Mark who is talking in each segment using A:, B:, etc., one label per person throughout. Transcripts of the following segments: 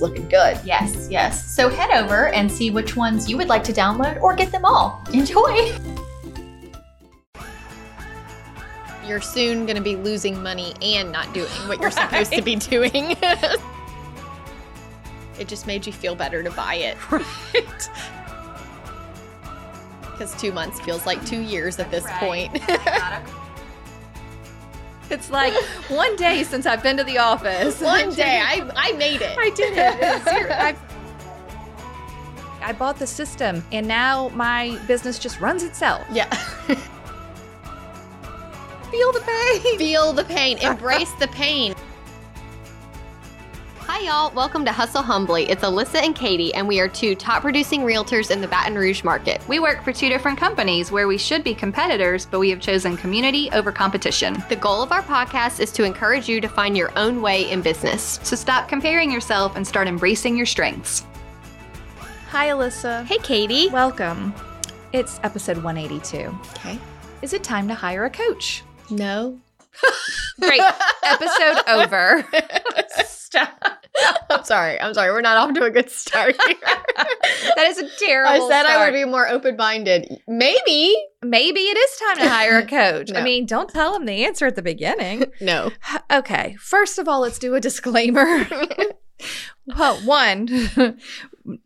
A: looking good.
B: Yes, yes. So head over and see which ones you would like to download or get them all. Enjoy!
C: You're soon going to be losing money and not doing what you're supposed to
A: Right.
C: be doing. it just made you feel better to buy it. Right. Because two months feels like two years at this point.
D: It's like one day since I've been to the office.
C: One day, I, I made it.
D: I did it. It was zero- I, I bought the system, and now my business just runs itself.
C: Yeah. Feel the pain. Feel the pain. Embrace the pain. Hi, y'all. Welcome to Hustle Humbly. It's Alyssa and Katie, and we are two top producing realtors in the Baton Rouge market.
E: We work for two different companies where we should be competitors, but we have chosen community over competition.
C: The goal of our podcast is to encourage you to find your own way in business.
E: So stop comparing yourself and start embracing your strengths.
A: Hi, Alyssa.
C: Hey, Katie.
A: Welcome. It's episode 182.
C: Okay.
A: Is it time to hire a coach?
C: No.
D: Great. Episode over.
C: Stop. I'm sorry. I'm sorry. We're not off to a good start here.
D: That is a
C: I
D: terrible.
C: said I
D: start.
C: would be more open minded. Maybe.
D: Maybe it is time to hire a coach.
C: No.
D: I mean, don't tell them the answer at the beginning.
C: No.
D: Okay, first of all, let's do a disclaimer. well, one,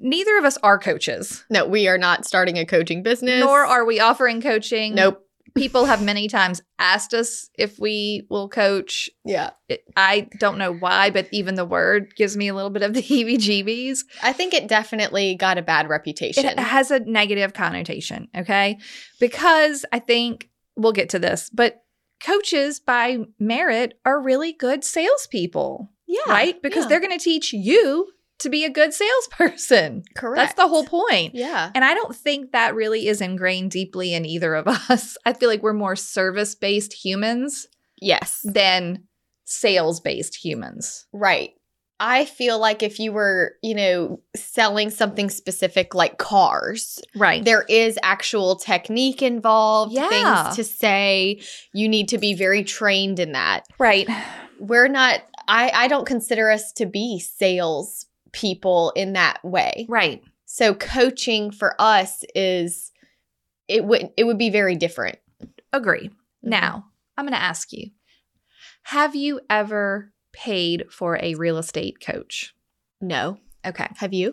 D: neither of us are coaches,
C: No, we are not starting a coaching business.
D: nor are we offering coaching.
C: Nope.
D: People have many times asked us if we will coach.
C: Yeah.
D: It- I don't know why, but even the word gives me a little bit of the heebie jeebies.
C: I think it definitely got a bad reputation.
D: It has a negative connotation, okay? Because I think we'll get to this, but coaches by merit are really good salespeople.
C: yeah.
D: right? Because
C: yeah.
D: they're going to teach you to be a good salesperson.
C: correct.
D: That's the whole point.
C: Yeah.
D: And I don't think that really is ingrained deeply in either of us. I feel like we're more service based humans
C: Yes.
D: than sales based humans.
C: Right. I feel like if you were, you know, selling something specific like cars,
D: Right.
C: there is actual technique involved,
D: Yeah.
C: things to say. You need to be very trained in that.
D: right.
C: We're not I I don't consider us to be sales people in that way.
D: Right.
C: So coaching for us is it would it would be very different.
D: Agree. Now, I'm going to ask you Have you ever paid for a real estate coach?
C: No.
D: Okay.
C: Have you?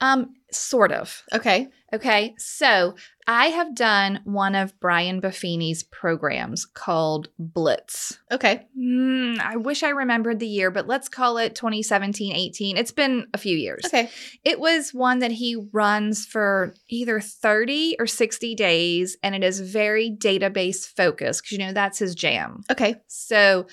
D: Um, sort of.
C: Okay.
D: Okay, so I have done one of Brian Buffini's programs called Blitz.
C: Okay.
D: Hmm, I wish I remembered the year, but let's call it 2017 18. It's been a few years.
C: Okay.
D: It was one that he runs for either 30 or 60 days, and it is very database focused because, you know, that's his jam.
C: Okay.
D: So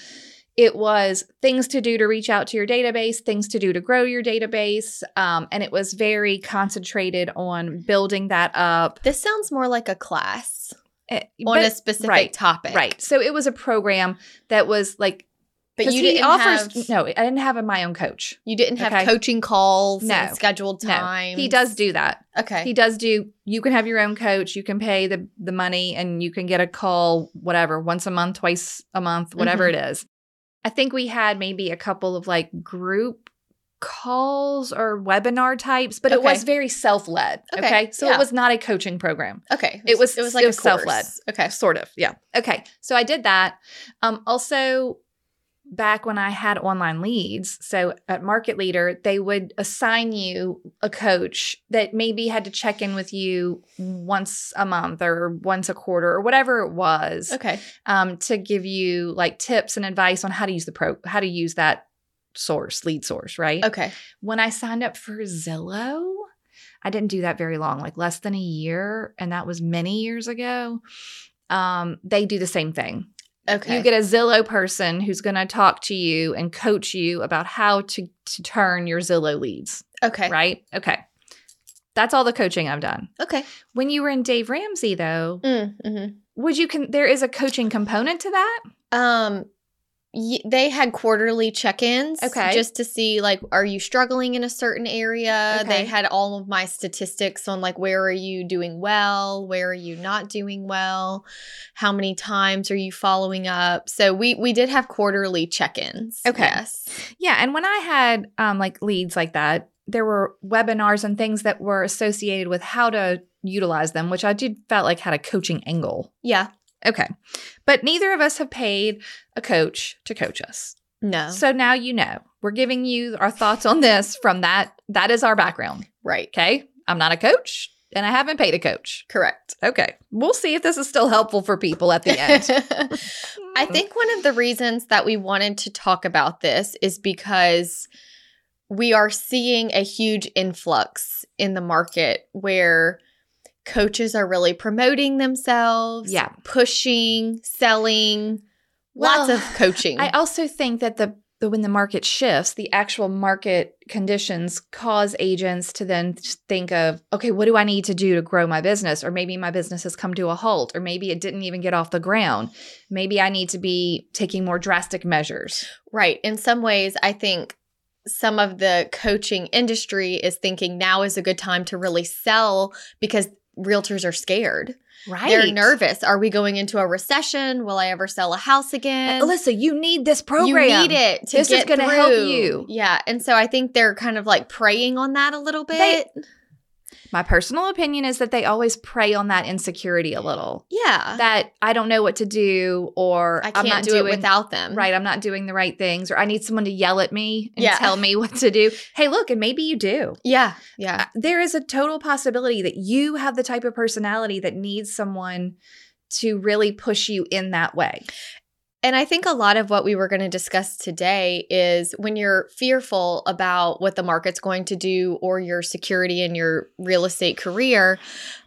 D: it was things to do to reach out to your database, things to do to grow your database. Um, and it was very concentrated on building that up.
C: This sounds more like a class
D: Eh,
C: on
D: but-
C: a specific
D: right,
C: topic.
D: right. So it was a program that was like,
C: But
D: 'cause
C: you
D: he
C: didn't
D: offers,
C: have
D: no, I didn't have a, my own coach.
C: you didn't have
D: Okay.
C: coaching calls
D: No.
C: and scheduled
D: No,
C: time.
D: he does do that.
C: Okay.
D: He does do. You can have your own coach. You can pay the the money, and you can get a call, whatever, once a month, twice a month, whatever
C: Mm-hmm.
D: it is. I think we had maybe a couple of like group calls or webinar types, but it
C: Okay.
D: was very self led.
C: Okay,
D: Okay. so
C: yeah.
D: it was not a coaching program,
C: okay.
D: it was-
C: it was like
D: it
C: a
D: was self-led.
C: course. Okay.
D: sort of. Yeah. Okay, so I did that. Um, also. Back when I had online leads, so at Market Leader, they would assign you a coach that maybe had to check in with you once a month or once a quarter or whatever it was
C: Okay.
D: um, to give you like tips and advice on how to use the pro, how to use that source, lead source, right?
C: Okay.
D: When I signed up for Zillow, I didn't do that very long, like less than a year, and that was many years ago. Um, they do the same thing.
C: Okay.
D: You get a Zillow person who's going to talk to you and coach you about how to, to turn your Zillow leads,
C: okay.
D: right? Okay. That's all the coaching I've done.
C: Okay.
D: When you were in Dave Ramsey, though,
C: Mm, mhm.
D: would you can there is a coaching component to that?
C: Um, y- they had quarterly check-ins,
D: Okay.
C: just to see like, are you struggling in a certain area?
D: Okay.
C: They had all of my statistics on like, where are you doing well? Where are you not doing well? How many times are you following up? So we we did have quarterly check-ins.
D: Okay.
C: Yes.
D: Yeah, and when I had um, like leads like that, there were webinars and things that were associated with how to utilize them, which I did felt like had a coaching angle.
C: Yeah.
D: Okay, but neither of us have paid a coach to coach us,
C: No.
D: so now you know we're giving you our thoughts on this from that. That is our background.
C: right.
D: Okay, I'm not a coach, and I haven't paid a coach.
C: Correct.
D: Okay, we'll see if this is still helpful for people at the end.
C: I think one of the reasons that we wanted to talk about this is because we are seeing a huge influx in the market where coaches are really promoting themselves,
D: Yeah.
C: pushing, selling, lots
D: Well,
C: of coaching.
D: I also think that the, the when the market shifts, the actual market conditions cause agents to then think of, okay, what do I need to do to grow my business? Or maybe my business has come to a halt, or maybe it didn't even get off the ground. Maybe I need to be taking more drastic measures.
C: right. In some ways, I think some of the coaching industry is thinking now is a good time to really sell because realtors are scared.
D: Right.
C: They're nervous. Are we going into a recession? Will I ever sell a house again?
D: Alyssa, you need this program.
C: You need it to
D: This is
C: get
D: gonna help
C: through.
D: you.
C: Yeah, and so I think they're kind of like preying on that a little bit.
D: They- My personal opinion is that they always prey on that insecurity a little.
C: yeah,
D: That I don't know what to do, or
C: Uh-huh. I
D: am not
C: can't do it
D: doing-
C: without them.
D: right i'm not doing the right things or i need someone to yell at me and
C: Mm-hmm. Yeah.
D: tell me what to do hey look and maybe you do
C: Yeah. Yeah.
D: Uh, there is a total possibility that you have the type of personality that needs someone to really push you in that way
C: And I think a lot of what we were going to discuss today is when you're fearful about what the market's going to do or your security in your real estate career,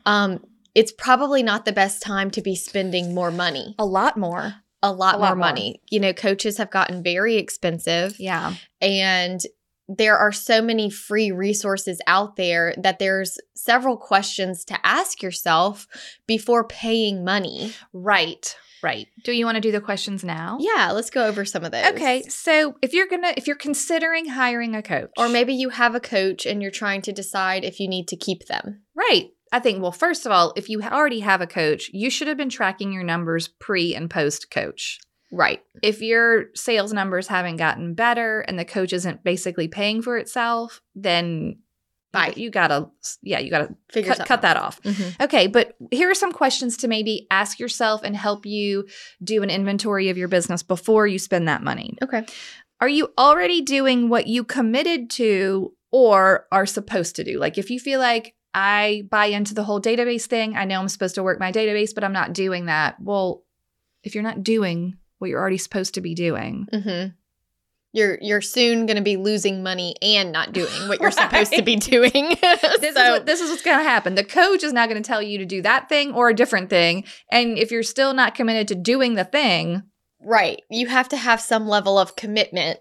C: um, it's probably not the best time to be spending more money,
D: a lot more
C: a lot,
D: A lot
C: more
D: more.
C: money. You know, coaches have gotten very expensive.
D: yeah
C: and there are so many free resources out there that there's several questions to ask yourself before paying money.
D: right right do you want to do the questions now
C: Yeah, let's go over some of those.
D: okay so if you're gonna if you're considering hiring a coach
C: Or maybe you have a coach and you're trying to decide if you need to keep them.
D: right i think well first of all if you already have a coach you should have been tracking your numbers pre and post coach
C: Right.
D: if your sales numbers haven't gotten better and the coach isn't basically paying for itself, then
C: Bye.
D: You, you gotta, yeah, you gotta
C: Figure
D: cut, cut that Mm-hmm. off.
C: Mhm.
D: Okay, but here are some questions to maybe ask yourself and help you do an inventory of your business before you spend that money.
C: Okay.
D: Are you already doing what you committed to or are supposed to do? Like if you feel like I buy into the whole database thing, I know I'm supposed to work my database, but I'm not doing that. Well, if you're not doing what you're already supposed to be doing,
C: Mhm. You're you're soon going to be losing money and not doing what you're supposed to be doing.
D: this is
C: So-
D: what, this is what's going to happen. The coach is not going to tell you to do that thing or a different thing, and if you're still not committed to doing the thing,
C: right. You have to have some level of commitment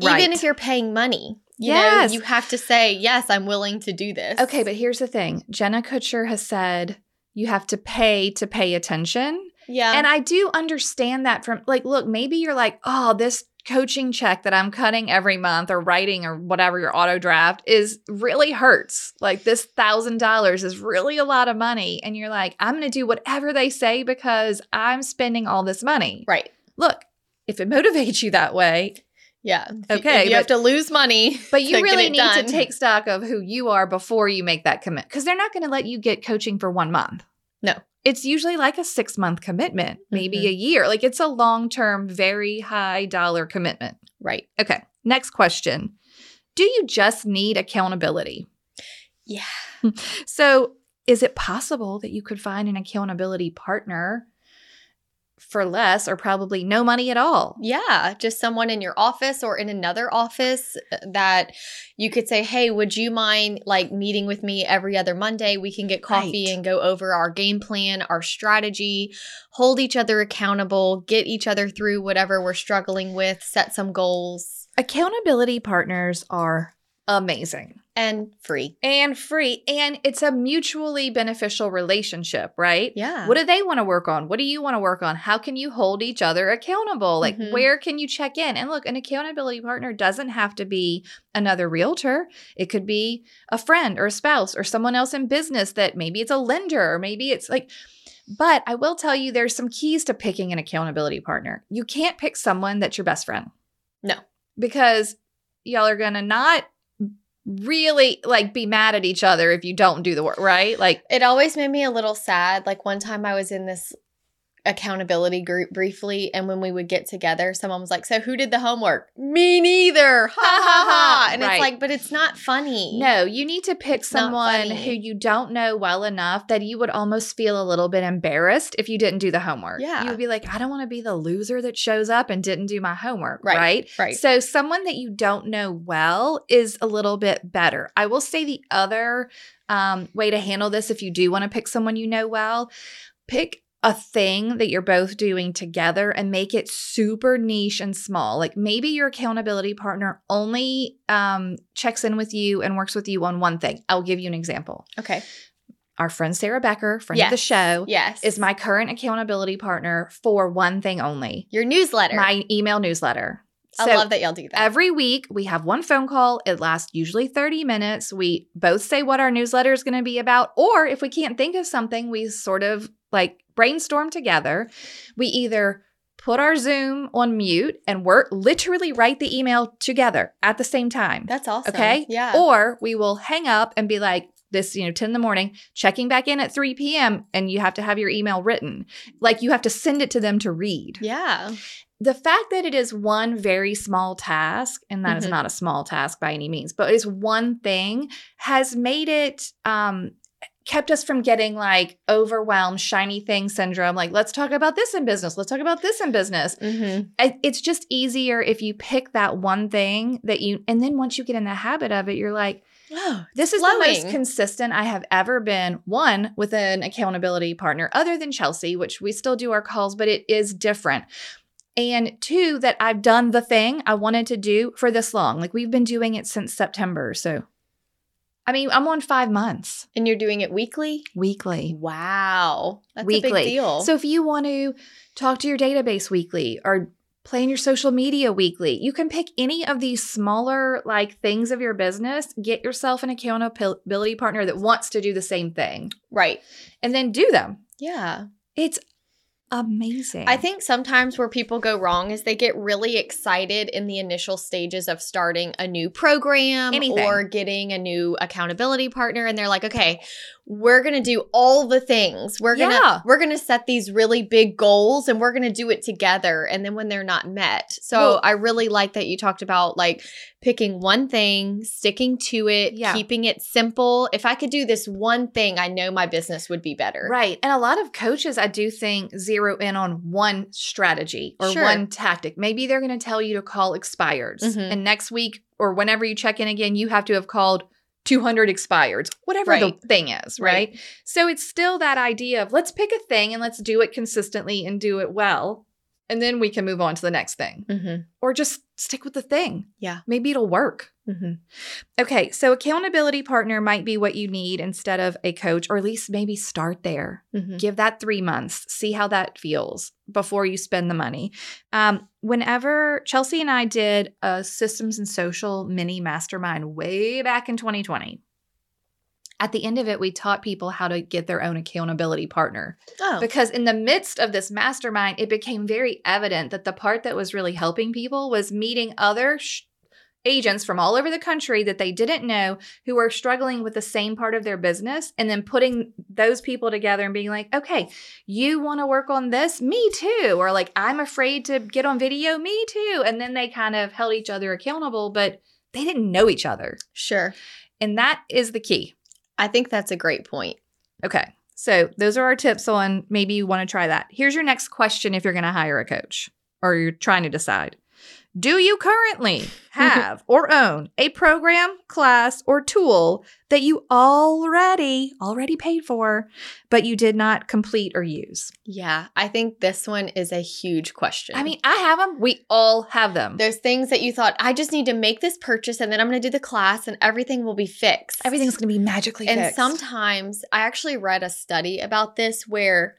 C: even if you're paying money. You
D: Yes.
C: know, you have to say, yes, I'm willing to do this.
D: okay, but here's the thing: Jenna Kutcher has said you have to pay to pay attention,
C: yeah.
D: and I do understand that. From like, look, maybe you're like, oh, this coaching check that I'm cutting every month or writing or whatever your auto draft is really hurts. Like this thousand dollars is really a lot of money, and you're like, I'm going to do whatever they say because I'm spending all this money.
C: right.
D: look, if it motivates you that way,
C: Yeah. If you-
D: Okay,
C: if you
D: but-
C: have to lose money.
D: but you
C: to get
D: really
C: it
D: need
C: done.
D: to take stock of who you are before you make that commit because they're not going to let you get coaching for one month.
C: No. Mm-hmm.
D: It's usually like a six month commitment, maybe a year. Like it's a long term, very high dollar commitment.
C: Right.
D: Okay. Next question Do you just need accountability?
C: Yeah.
D: So, is it possible that you could find an accountability partner for less or probably no money at all.
C: Yeah, just someone in your office or in another office uh, that you could say, "Hey, would you mind like meeting with me every other Monday? We can get coffee
D: Right.
C: and go over our game plan, our strategy, hold each other accountable, get each other through whatever we're struggling with, set some goals,
D: Accountability partners are amazing
C: and free."
D: and free, and it's a mutually beneficial relationship, right?
C: Yeah.
D: What do they want to work on? What do you want to work on? How can you hold each other accountable? Like,
C: Mhm.
D: where can you check in? And look, an accountability partner doesn't have to be another realtor. It could be a friend or a spouse or someone else in business that maybe it's a lender or maybe it's like, but I will tell you, there's some keys to picking an accountability partner. You can't pick someone that's your best friend.
C: No.
D: Because y'all are going to not really like be mad at each other if you don't do the work, right? Like,
C: it always made me a little sad. Like one time I was in this accountability group briefly, and when we would get together, someone was like, So who did the homework? Me neither. Ha ha ha. And
D: Right.
C: it's like, but it's not funny.
D: No, you need to pick
C: not
D: someone
C: funny.
D: who you don't know well enough that you would almost feel a little bit embarrassed if you didn't do the homework.
C: Yeah.
D: You would be like, I don't want to be the loser that shows up and didn't do my homework.
C: Right.
D: Right.
C: Right.
D: So, someone that you don't know well is a little bit better. I will say the other um, way to handle this if you do want to pick someone you know well, pick a thing that you're both doing together and make it super niche and small. Like maybe your accountability partner only um, checks in with you and works with you on one thing. I'll give you an example.
C: okay.
D: Our friend Sarah Becker, friend of the
C: Yes.
D: show,
C: Yes.
D: is my current accountability partner for one thing only
C: your newsletter.
D: my email newsletter.
C: I love that y'all do that.
D: Every week, we have one phone call. It lasts usually 30 minutes. We both say what our newsletter is going to be about, or if we can't think of something, we sort of like brainstorm together. We either put our Zoom on mute and work, literally write the email together at the same time.
C: That's awesome.
D: Okay.
C: Yeah.
D: Or we will hang up and be like, this, you know, 10 in the morning, checking back in at 3 p.m., and you have to have your email written. Like you have to send it to them to read
C: yeah.
D: the fact that it is one very small task and that is
C: Mhm.
D: not a small task by any means but it's one thing has made it um kept us from getting like overwhelmed shiny thing syndrome like let's talk about this in business let's talk about this in business
C: Mm-hmm.
D: I- it's just easier if you pick that one thing that you and then once you get in the habit of it you're like this is the most
C: flowing.
D: consistent I have ever been. One with an accountability partner other than Chelsea, which we still do our calls, but it is different. And two, that I've done the thing I wanted to do for this long. Like we've been doing it since September. So, I mean, I'm on five months
C: And you're doing it weekly?
D: weekly.
C: Wow. That's
D: weekly.
C: a big deal.
D: So, if you want to talk to your database weekly or plan your social media weekly, you can pick any of these smaller like things of your business, get yourself an accountability partner that wants to do the same thing.
C: right.
D: and then do them.
C: Yeah.
D: It's amazing.
C: I think sometimes where people go wrong is they get really excited in the initial stages of starting a new program
D: Anything.
C: or getting a new accountability partner and they're like, "Okay, we're going to do all the things. We're going to
D: Yeah.
C: we're going to set these really big goals and we're going to do it together." And then when they're not met. So,
D: Well-
C: I really like that you talked about like picking one thing, sticking to it,
D: Yeah.
C: keeping it simple. If I could do this one thing, I know my business would be better.
D: right. And a lot of coaches, I do think, zero in on one strategy or
C: Sure.
D: one tactic. Maybe they're going to tell you to call expireds.
C: Mhm.
D: And next week or whenever you check in again, you have to have called 200 expireds, whatever
C: Right.
D: the thing is, right? So it's still that idea of let's pick a thing and let's do it consistently and do it well. And then we can move on to the next thing
C: Mhm.
D: or just stick with the thing.
C: Yeah.
D: Maybe it'll work.
C: Mhm.
D: Okay, so accountability partner might be what you need instead of a coach, or at least maybe start there.
C: Mhm.
D: Give that three months, see how that feels before you spend the money. Um, whenever Chelsea and I did a systems and social mini mastermind way back in 2020, at the end of it, we taught people how to get their own accountability partner.
C: Oh.
D: Because in the midst of this mastermind, it became very evident that the part that was really helping people was meeting other sh- agents from all over the country that they didn't know who are struggling with the same part of their business and then putting those people together and being like, okay, you want to work on this? Me too. Or like, I'm afraid to get on video? Me too. And then they kind of held each other accountable, but they didn't know each other.
C: sure.
D: And that is the key.
C: I think that's a great point.
D: Okay. So those are our tips on maybe you want to try that. Here's your next question if you're going to hire a coach or you're trying to decide. Do you currently have or own a program, class, or tool that you already already paid for but you did not complete or use?
C: Yeah, I think this one is a huge question.
D: I mean, I have them. We all have them.
C: there's things that you thought, I just need to make this purchase and then I'm going to do the class and everything will be fixed.
D: Everything's going to be magically
C: and
D: fixed.
C: sometimes I actually read a study about this where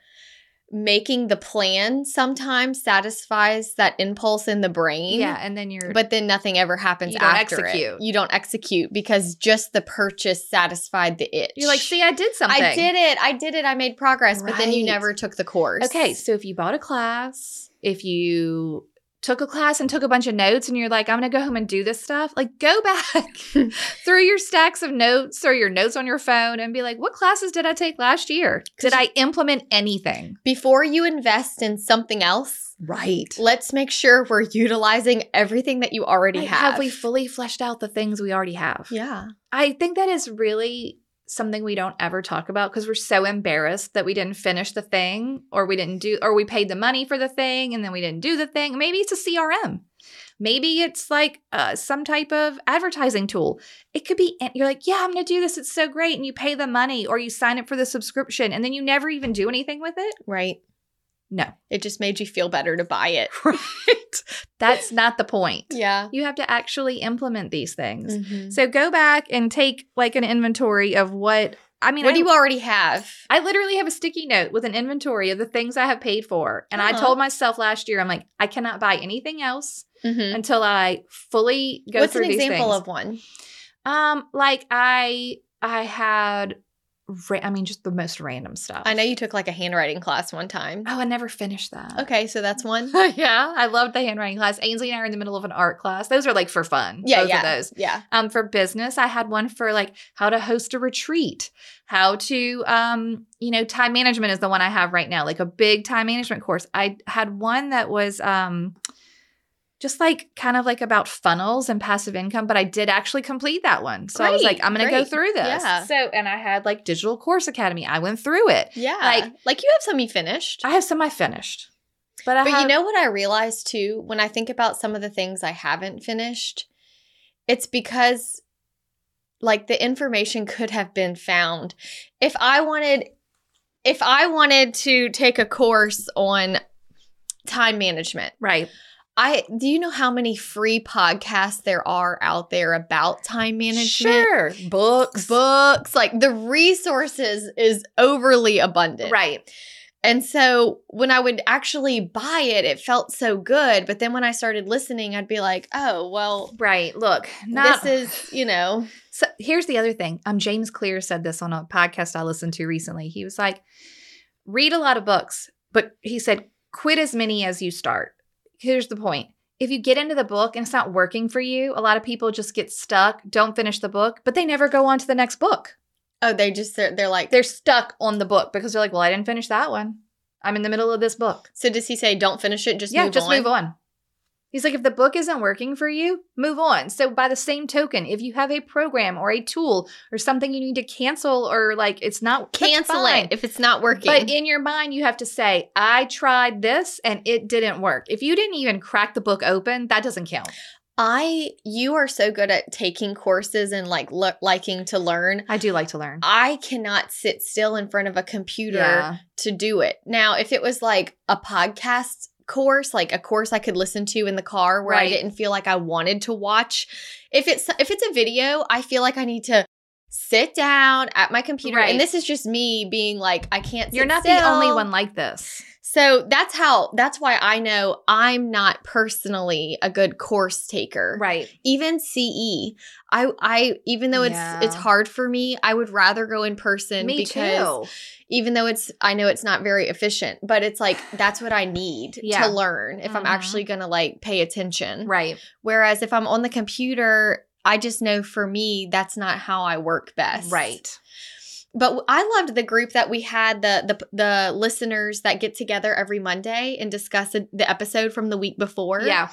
C: making the plan sometimes satisfies that impulse in the brain.
D: yeah, and then you're
C: But then nothing ever happens
D: You don't
C: after it.
D: execute.
C: You don't execute because just the purchase satisfied the itch.
D: you're like, see, I did something.
C: I did it. I did it. I made progress, but then you
D: Right.
C: never took the course.
D: Okay, so if you bought a class, if you took a class and took a bunch of notes and you're like, I'm gonna go home and do this stuff, like go back through your stacks of notes or your notes on your phone and be like, what classes did I take last year? Did I implement anything?
C: Before you invest in something else,
D: Right.
C: let's make sure we're utilizing everything that you already have.
D: we fully fleshed out the things we already have?
C: yeah.
D: I think that is really something we don't ever talk about because we're so embarrassed that we didn't finish the thing or we didn't do or we paid the money for the thing and then we didn't do the thing. Maybe it's a CRM. Maybe it's like uh, some type of advertising tool. It could be, and you're like, yeah, I'm going to do this. It's so great. And you pay the money or you sign up for the subscription and then you never even do anything with it.
C: Right.
D: No,
C: It just made you feel better to buy it.
D: that's not the point.
C: Yeah. Mm-hmm.
D: You have to actually implement these things. So go back and take like an inventory of what I mean.
C: what
D: I,
C: do you already have?
D: I literally have a sticky note with an inventory of the things I have paid for, and I
C: Uh-huh.
D: told myself last year, I'm like, I cannot buy anything else
C: Mm-hmm.
D: until I fully go
C: What's
D: through
C: an
D: these
C: example
D: things.
C: of one?
D: um, like I I had, ra- I mean, just the most random stuff.
C: I know you took like a handwriting class one time.
D: Oh, I never finished that.
C: Okay, so that's one.
D: yeah, I loved the handwriting class. Ainsley and I are in the middle of an art class. Those are like for fun.
C: Yeah,
D: both
C: yeah,
D: Of those.
C: yeah.
D: um, for business. I had one for like how to host a retreat, how to, um, you know, time management is the one I have right now, like a big time management course. I had one that was um, just like kind of like about funnels and passive income, but I did actually complete that one. So I was
C: Great,
D: like, I'm going to go
C: great.
D: through this.
C: Yeah.
D: So, and I had like Digital Course Academy. I went through it.
C: Yeah, like
D: Like-
C: like you have some you finished.
D: I have some I finished, but I
C: but
D: have,
C: you know what I realized too when I think about some of the things I haven't finished, it's because like the information could have been found. If I wanted if I wanted to take a course on time management,
D: right.
C: I do you know how many free podcasts there are out there about time management?
D: Sure. Books.
C: Books, like the resources is overly abundant.
D: Right.
C: And so when I would actually buy it, it felt so good. But then when I started listening, I'd be like, oh, well,
D: Right. Look, not,
C: this is, you know,
D: So here's the other thing. Um, James Clear said this on a podcast I listened to recently. He was like, read a lot of books, but he said, quit as many as you start. Here's the point. If you get into the book and it's not working for you, a lot of people just get stuck, don't finish the book, but they never go on to the next book.
C: oh, they just, they're, they're like,
D: They're stuck on the book because they're like, well, I didn't finish that one. I'm in the middle of this book.
C: so does he say, don't finish it, just
D: yeah,
C: move
D: just
C: on?
D: move on. He's like, if the book isn't working for you, move on. So, by the same token, if you have a program or a tool or something you need to cancel or like it's not that's
C: Cancel
D: fine.
C: it if it's not working.
D: But in your mind, you have to say, I tried this and it didn't work. If you didn't even crack the book open, that doesn't count.
C: I, you are so good at taking courses and like lo- liking to learn.
D: I do like to learn.
C: I cannot sit still in front of a computer
D: Yeah.
C: to do it. Now, if it was like a podcast course, like a course I could listen to in the car where I
D: Right.
C: didn't feel like I wanted to watch, if it's if it's a video, I feel like I need to sit down at my computer.
D: Right.
C: And this is just me being like, I can't. Sit
D: You're not the
C: still.
D: only one like this.
C: So that's how. That's why I know I'm not personally a good course taker
D: Right.
C: even CE, I I even though it's
D: Yeah.
C: it's hard for me, I would rather go in person
D: Me
C: because
D: too.
C: even though it's I know it's not very efficient, but it's like that's what I need
D: Yeah.
C: to learn if I'm
D: Mhm.
C: actually going to like pay attention.
D: Right.
C: Whereas if I'm on the computer, I just know for me that's not how I work best.
D: Right.
C: But w- I loved the group that we had the the the listeners that get together every Monday and discuss the episode from the week before
D: Yeah.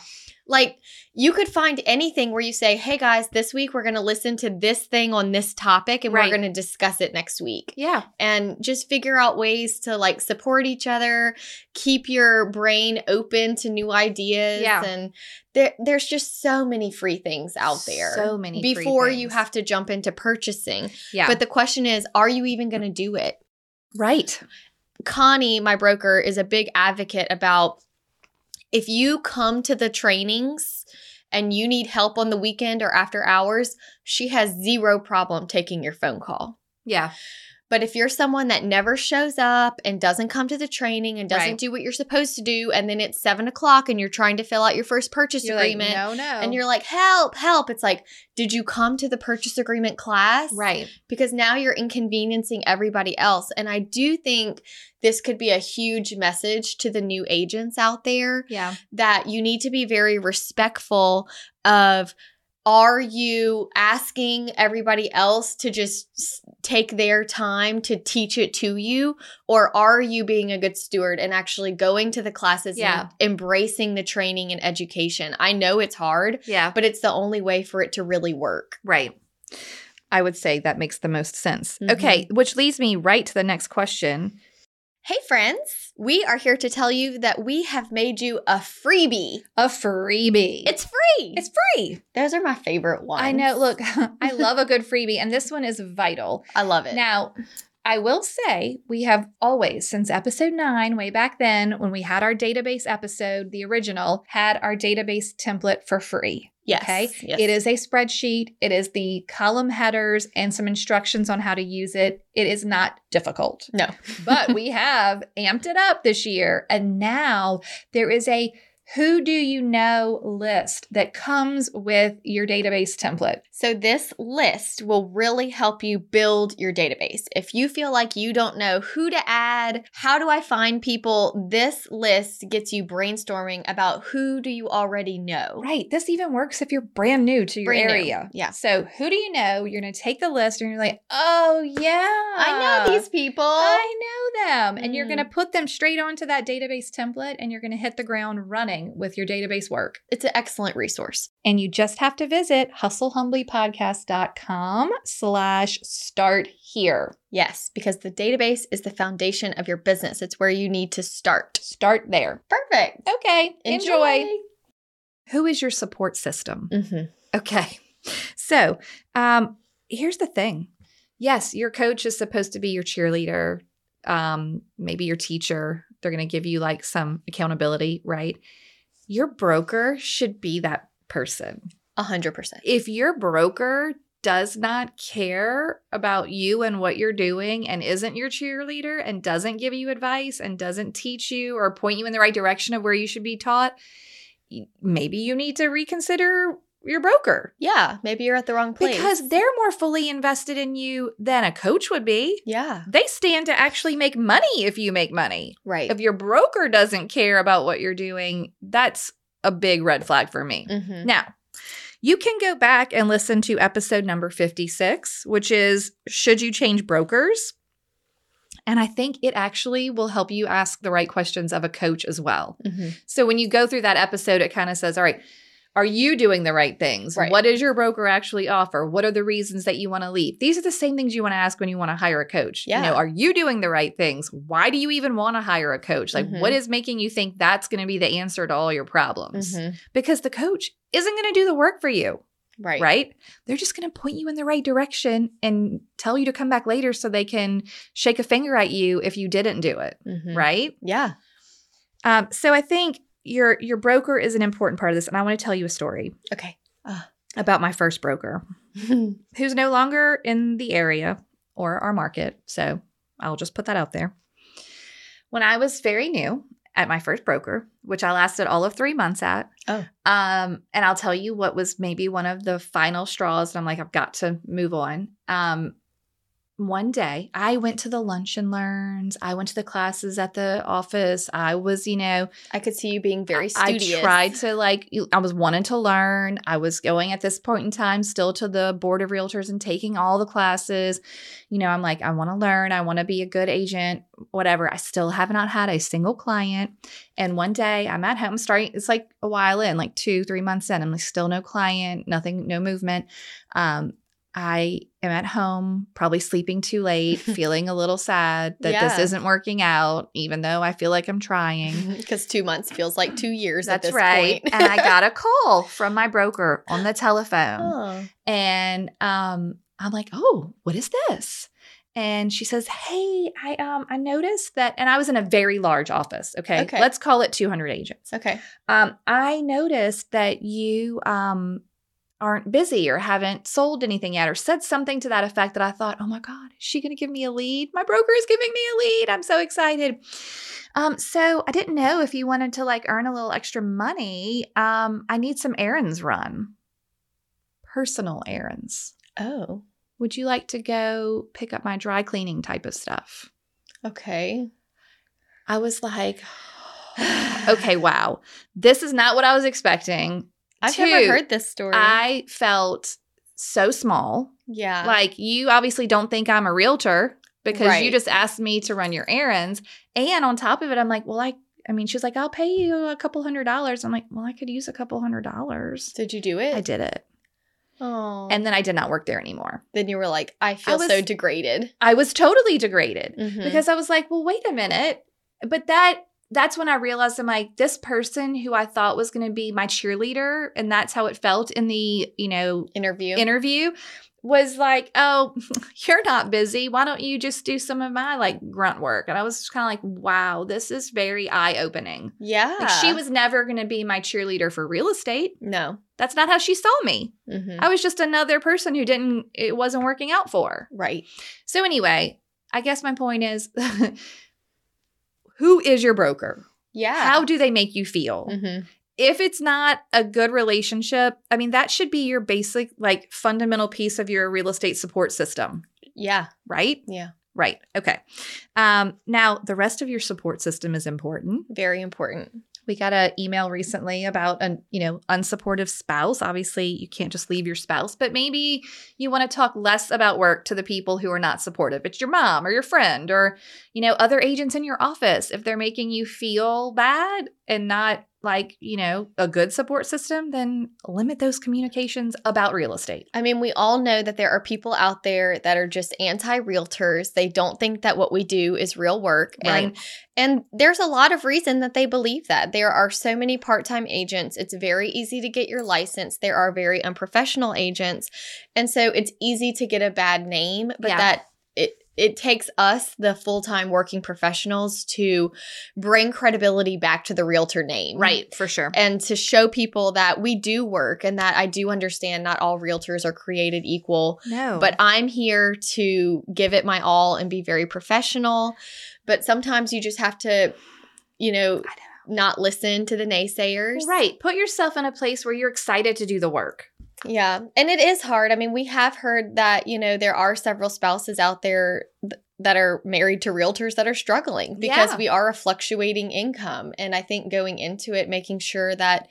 C: Like you could find anything where you say, "Hey guys, this week we're going to listen to this thing on this topic and
D: Right.
C: we're going to discuss it next week."
D: Yeah.
C: and just figure out ways to like support each other, keep your brain open to new ideas.
D: Yeah.
C: And there, there's just so many free things out there.
D: So many free
C: before you
D: things.
C: have to jump into purchasing.
D: Yeah.
C: But the question is, are you even going to do it?
D: right.
C: Connie, my broker, is a big advocate about if you come to the trainings and you need help on the weekend or after hours, she has zero problem taking your phone call.
D: Yeah.
C: But if you're someone that never shows up and doesn't come to the training and doesn't
D: Right.
C: do what you're supposed to do, and then it's seven o'clock and you're trying to fill out your first purchase
D: You're like,
C: agreement,
D: no, no.
C: and you're like, help, help. It's like, did you come to the purchase agreement class?
D: right.
C: Because now you're inconveniencing everybody else. And I do think this could be a huge message to the new agents out there
D: Yeah.
C: that you need to be very respectful of are you asking everybody else to just s- take their time to teach it to you or are you being a good steward and actually going to the classes
D: Yeah.
C: and embracing the training and education i know it's hard
D: Yeah.
C: but it's the only way for it to really work
D: Right. Mm-hmm. I would say that makes the most sense. Okay, which leads me right to the next question.
C: hey friends we are here to tell you that we have made you a freebie
D: A freebie. It's
C: it's free
D: it's free.
C: those are my favorite ones
D: I know. Look, I love a good freebie, and this one is vital.
C: i love it
D: Now, I will say we have always, since episode nine, way back then, when we had our database episode, the original, had our database template for free.
C: yes
D: Okay.
C: yes.
D: It is a spreadsheet, it is the column headers and some instructions on how to use it. It is not difficult.
C: No.
D: but we have amped it up this year. And now there is a who do you know list that comes with your database template.
C: So, this list will really help you build your database. If you feel like you don't know who to add, how do I find people, this list gets you brainstorming about who do you already know.
D: Right. This even works if you're brand new to your
C: Brand new,
D: area.
C: yeah.
D: So who do you know? You're going to take the list and you're like, oh, yeah.
C: I know these people.
D: Ah. I know them. And you're
C: Mm.
D: going to put them straight onto that database template and you're going to hit the ground running with your database work.
C: It's an excellent resource.
D: And you just have to visit hustlehumblypodcast.com slash start here.
C: Yes, because the database is the foundation of your business, it's where you need to start.
D: Start there.
C: Perfect.
D: Okay. Enjoy. Who is your support system?
C: Mhm.
D: Okay. So um, here's the thing. Yes, your coach is supposed to be your cheerleader, um, maybe your teacher. They're going to give you like some accountability, right? Your broker should be that person.
C: 100%.
D: If your broker does not care about you and what you're doing and isn't your cheerleader and doesn't give you advice and doesn't teach you or point you in the right direction of where you should be taught, y- maybe you need to reconsider your broker
C: Yeah, maybe you're at the wrong place.
D: because they're more fully invested in you than a coach would be.
C: yeah,
D: They stand to actually make money if you make money.
C: right.
D: If your broker doesn't care about what you're doing, that's a big red flag for me.
C: Mhm.
D: Now, you can go back and listen to episode number 56, which is Should You Change Brokers? And I think it actually will help you ask the right questions of a coach as well.
C: Mhm.
D: So when you go through that episode, it kind of says, all right, are you doing the right things?
C: Right.
D: What does your broker actually offer? What are the reasons that you want to leave? These are the same things you want to ask when you want to hire a coach.
C: Yeah.
D: You know, are you doing the right things? Why do you even want to hire a coach? Like,
C: Mhm.
D: what is making you think that's going to be the answer to all your problems?
C: Mhm.
D: Because the coach isn't going to do the work for you,
C: Right.
D: right? They're just going to point you in the right direction and tell you to come back later so they can shake a finger at you if you didn't do it,
C: Mhm.
D: right?
C: Yeah.
D: Um, so I think your your broker is an important part of this, and I want to tell you a story
C: Okay.
D: about my first broker, who's no longer in the area or our market. So I'll just put that out there. When I was very new at my first broker, which I lasted all of three months at,
C: Oh.
D: um, and I'll tell you what was maybe one of the final straws, and I'm like, I've got to move on. Um, one day I went to the lunch and learns, I went to the classes at the office. I was, you know,
C: I could see you being very
D: I
C: studious.
D: tried to like you- I was wanting to learn. I was going at this point in time still to the board of realtors and taking all the classes. You know, I'm like I want to learn, I want to be a good agent, whatever. I still have not had a single client. And one day I'm at home starting it's like a while in, like 2, 3 months in. I'm like still no client, nothing, no movement. Um I am at home, probably sleeping too late, feeling a little sad that this
C: Yeah.
D: isn't working out, even though I feel like I'm trying.
C: because two months feels like two years at
D: That's
C: this
D: right.
C: point.
D: and I got a call from my broker on the telephone.
C: Oh.
D: And um, I'm like, oh, what is this? And she says, hey, I um, I noticed that, and I was in a very large office. Okay,
C: Okay.
D: let's call it 200 agents.
C: Okay.
D: Um, I noticed that you um aren't busy or haven't sold anything yet or said something to that effect that I thought, oh my God, is she gonna give me a lead? My broker is giving me a lead. I'm so excited. Um, so I didn't know if you wanted to like earn a little extra money. Um, I need some errands run. Personal errands.
C: Oh.
D: Would you like to go pick up my dry cleaning type of stuff?
C: Okay.
D: I was like, okay, wow. This is not what I was expecting.
C: I've
D: Two,
C: never heard this story.
D: I felt so small.
C: yeah.
D: Like you obviously don't think I'm a realtor because you
C: Right.
D: just asked me to run your errands. And on top of it, I'm like, well, I I mean, she's like, I'll pay you a couple hundred dollars. I'm like, well, I could use a couple hundred dollars.
C: did you do it?
D: I did it.
C: Oh.
D: And then I did not work there anymore.
C: then you were like, I feel so
D: was-
C: degraded.
D: I was totally degraded
C: Mhm.
D: because I was like, well, wait a minute. But that that's when I realized I'm like, this person who I thought was gonna be my cheerleader, and that's how it felt in the, you know,
C: interview.
D: interview was like, "Oh, you're not busy. Why don't you just do some of my like grunt work?" And I was just kind of like, "Wow, this is very eye-opening."
C: yeah.
D: Like she was never going to be my cheerleader for real estate.
C: No.
D: That's not how she saw me.
C: hmm
D: I was just another person who didn't it wasn't working out for. her.
C: Right.
D: So anyway, I guess my point is who is your broker?
C: Yeah.
D: How do they make you feel?
C: Mhm.
D: if it's not a good relationship, I mean, that should be your basic, like, fundamental piece of your real estate support system,
C: Yeah.
D: right?
C: Yeah.
D: Right. Okay. Um, now, the rest of your support system is important.
C: Very important.
D: We got an email recently about an, you know, unsupportive spouse. Obviously, you can't just leave your spouse, but maybe you want to talk less about work to the people who are not supportive. It's your mom or your friend or, you know, other agents in your office. If they're making you feel bad and not like, you know, a good support system, then limit those communications about real estate.
C: I mean, we all know that there are people out there that are just anti-realtors. They don't think that what we do is real work. And and there's a lot of reason that they believe that. There are so many part-time agents. It's very easy to get your license. There are very unprofessional agents. And so it's easy to get a bad name, but
D: Yeah.
C: that it it takes us, the full-time working professionals, to bring credibility back to the realtor name.
D: for sure.
C: and to show people that we do work and that I do understand not all realtors are created equal.
D: No.
C: But I'm here to give it my all and be very professional. But sometimes you just have to, you know, not listen to the naysayers.
D: right, put yourself in a place where you're excited to do the work.
C: Yeah. And it is hard. I mean, we have heard that, you know, there are several spouses out there th- that are married to realtors that are struggling because
D: Yeah.
C: we are a fluctuating income. And I think going into it, making sure that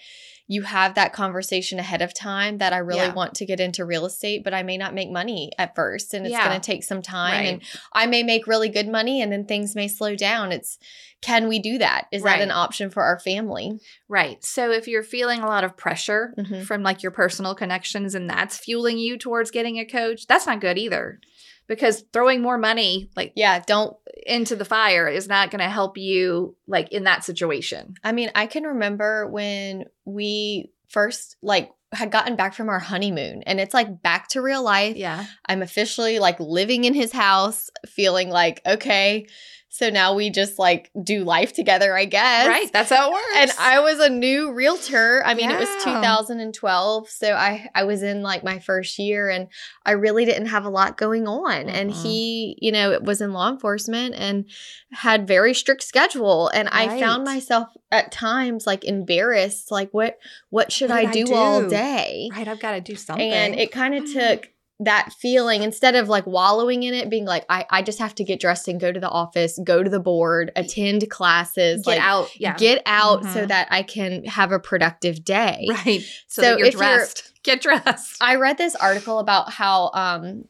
C: you have that conversation ahead of time that I really
D: Yeah.
C: want to get into real estate, but I may not make money at first and it's
D: Yeah.
C: going to take some time.
D: Right.
C: And I may make really good money and then things may slow down. It's can we do that? Is
D: Right.
C: that an option for our family?
D: Right. So if you're feeling a lot of pressure
C: Mhm.
D: from like your personal connections and that's fueling you towards getting a coach, that's not good either. Because throwing more money like
C: Yeah, don't
D: into the fire is not going to help you like in that situation.
C: I mean, I can remember when we first like had gotten back from our honeymoon and it's like back to real life.
D: Yeah.
C: I'm officially like living in his house, feeling like, okay, so now we just like do life together, I guess.
D: Right. That's how it works.
C: And I was a new realtor. I mean, it was
D: Yeah.
C: 2012, so I I was in like my first year and I really didn't have a lot going on. And
D: Mhm.
C: he, you know, was in law enforcement and had very strict schedule and I found
D: Right.
C: myself at times like embarrassed like what what should
D: What
C: I
D: did I
C: do, all
D: do?
C: day?
D: right, I've got to do something.
C: And it kind of took that feeling instead of like wallowing in it, being like, I, I just have to get dressed and go to the office, go to the board, attend classes,
D: Get
C: like
D: out. Yeah.
C: get out so
D: Mhm.
C: that I can have a productive day.
E: Right. So,
C: So
E: that you're
C: if you're-
E: dressed. Get dressed.
C: I read this article about how um,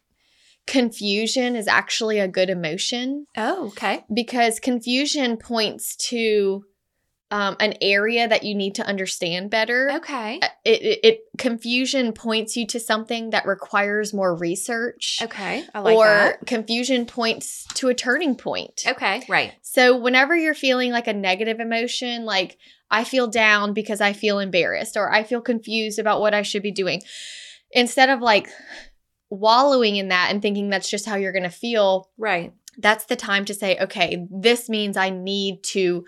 C: confusion is actually a good emotion
D: oh, okay.
C: because confusion points to um, an area that you need to understand better.
D: Okay.
C: Uh, It, it, it confusion points you to something that requires more research,
D: Okay. I like
C: or
D: that.
C: confusion points to a turning point.
D: Okay. Right.
C: So whenever you're feeling like a negative emotion, like I feel down because I feel embarrassed or I feel confused about what I should be doing, instead of like wallowing in that and thinking that's just how you're going to feel,
D: Right.
C: that's the time to say, okay, this means I need to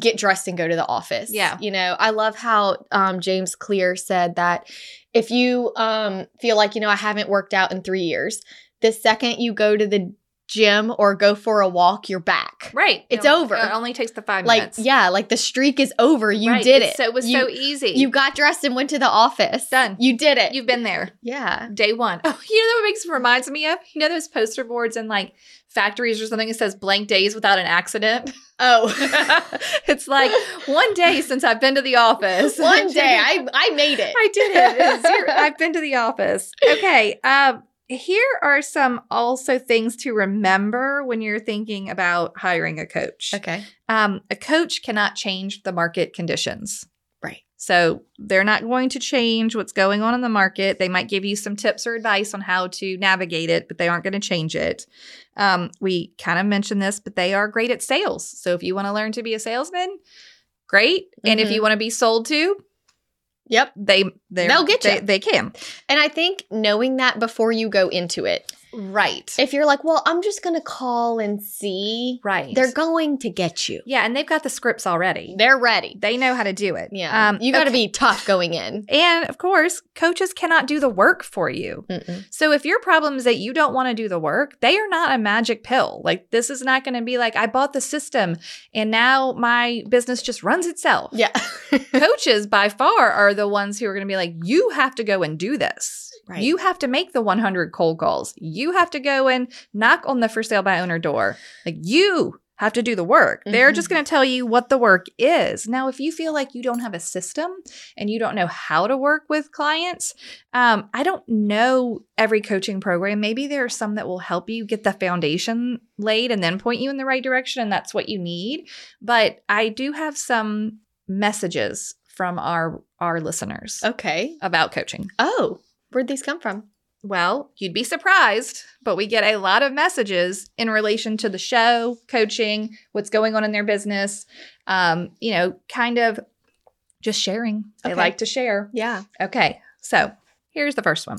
C: get dressed and go to the office.
D: Yeah.
C: You know, I love how um, James Clear said that if you um, feel like, you know, I haven't worked out in three years, the second you go to the gym or go for a walk, you're back
D: Right.
C: It's
D: It-
C: over.
D: It only takes the five
C: like
D: minutes.
C: yeah like the streak is over you
D: Right.
C: did
D: It's
C: it
D: So it was
C: you,
D: so easy.
C: you got dressed and went to the office
D: Done.
C: you did it
D: You've been there.
C: yeah
D: Day one. Oh, you know what makes reminds me of? You know those poster boards in like factories or something that says blank days without an accident?
C: oh
D: it's like one day since I've been to the office.
C: one day i i made it
D: I did it. It's zero- I've been to the office. Okay. Um, here are some also things to remember when you're thinking about hiring a coach.
C: okay
D: Um, a coach cannot change the market conditions.
C: Right.
D: So they're not going to change what's going on in the market. They might give you some tips or advice on how to navigate it, but they aren't going to change it. Um, we kind of mentioned this, but they are great at sales. So if you want to learn to be a salesman, great. And if
C: Mhm.
D: you want to be sold to,
C: yep
D: they they're-
C: They'll get
D: they,
C: ya.
D: they can.
C: and i think knowing that before you go into it
D: Right.
C: if you're like well i'm just gonna call and see
D: Right.
C: they're going to get you
D: yeah, and they've got the scripts already.
C: they're ready
D: They know how to do it. Um,
C: yeah you got to be tough going in
D: And of course, coaches cannot do the work for you.
C: Mm-mm.
D: So if your problem is that you don't want to do the work, they are not a magic pill. Like this is not going to be like I bought the system and now my business just runs itself.
C: yeah
D: Coaches by far are the ones who are going to be like you have to go and do this.
C: Right.
D: You have to make the 100 cold calls. You have to go and knock on the for sale by owner door. Like you have to do the work. They're
C: Mhm.
D: just going to tell you what the work is. Now, if you feel like you don't have a system and you don't know how to work with clients, um, I don't know every coaching program. Maybe there are some that will help you get the foundation laid and then point you in the right direction, and that's what you need. But I do have some messages from our our listeners
C: Oh. okay
D: about coaching.
C: oh where'd these come from
D: Well, you'd be surprised, but we get a lot of messages in relation to the show, coaching, what's going on in their business, um, you know, kind of just sharing. They
C: Okay.
D: like to share.
C: yeah
D: Okay, so here's the first one.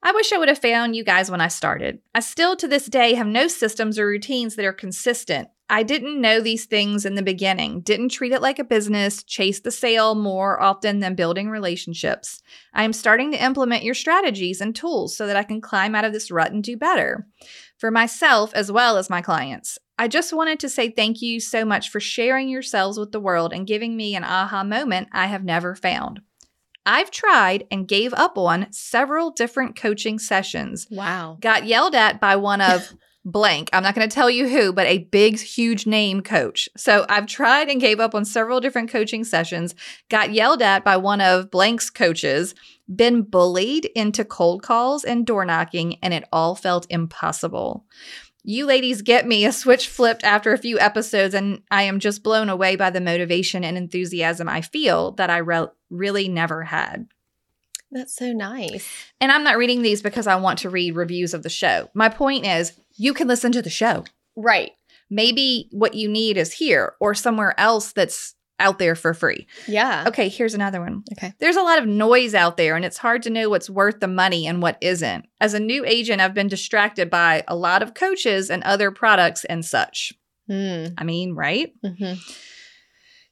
D: I wish I would have found you guys when I started. I still to this day have no systems or routines that are consistent. I didn't know these things in the beginning, didn't treat it like a business, chase the sale more often than building relationships. I am starting to implement your strategies and tools so that I can climb out of this rut and do better for myself as well as my clients. I just wanted to say thank you so much for sharing yourselves with the world and giving me an aha moment I have never found. I've tried and gave up on several different coaching sessions.
C: wow
D: Got yelled at by one of blank. I'm not going to tell you who, but a big, huge name coach. So I've tried and gave up on several different coaching sessions. Got yelled at by one of blank's coaches. Been bullied into cold calls and door knocking, and it all felt impossible. You ladies get me a switch flipped after a few episodes, and I am just blown away by the motivation and enthusiasm I feel that I re- really never had.
C: that's so nice
D: And I'm not reading these because I want to read reviews of the show. My point is, you can listen to the show.
C: right
D: Maybe what you need is here or somewhere else that's out there for free.
C: yeah
D: Okay, here's another one.
C: Okay.
D: There's a lot of noise out there, and it's hard to know what's worth the money and what isn't. As a new agent, I've been distracted by a lot of coaches and other products and such.
C: Mm,
D: I mean, right?
C: mhm.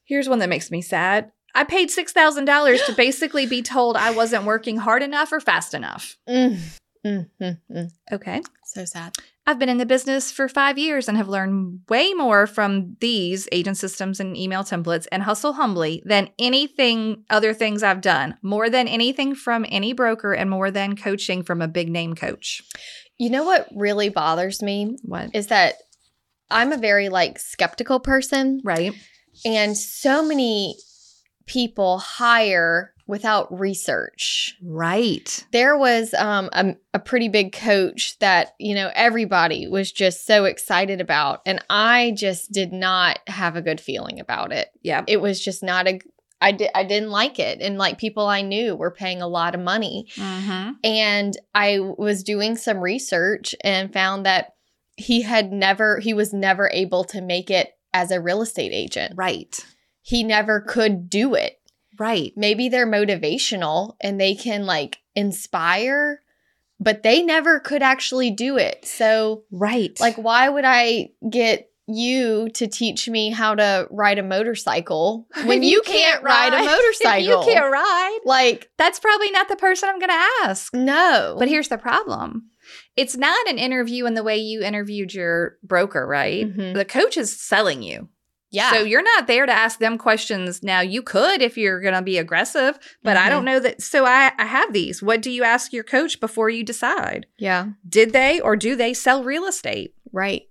D: Here's one that makes me sad. I paid $6,000 to basically be told I wasn't working hard enough or fast enough.
C: Mm, Mm, mm, mm.
D: Okay.
C: So sad.
D: I've been in the business for five years and have learned way more from these agent systems and email templates and hustle humbly than anything other things I've done, more than anything from any broker and more than coaching from a big name coach.
C: You know what really bothers me
D: What?
C: is that I'm a very like skeptical person.
D: Right.
C: And so many people hire without research.
D: Right.
C: There was um, a, a pretty big coach that, you know, everybody was just so excited about. And I just did not have a good feeling about it.
D: Yeah.
C: It was just not a, I, di- I didn't like it. And like people I knew were paying a lot of money.
D: Mm-hmm.
C: And I was doing some research and found that he had never, he was never able to make it as a real estate agent
D: Right.
C: he never could do it.
D: Right.
C: Maybe they're motivational and they can like inspire, but they never could actually do it. So,
D: Right.
C: like, why would I get you to teach me how to ride a motorcycle when you, can't, ride, a motorcycle?
D: you can't ride.
C: Like,
D: That's probably not the person I'm going to ask.
C: no.
D: But here's the problem it's not an interview in the way you interviewed your broker, right?
C: Mhm.
D: The coach is selling you.
C: yeah.
D: So you're not there to ask them questions. Now you could if you're going to be aggressive, but I don't know that. So I, I have these. What do you ask your coach before you decide?
C: yeah.
D: Did they or do they sell real estate?
C: Right.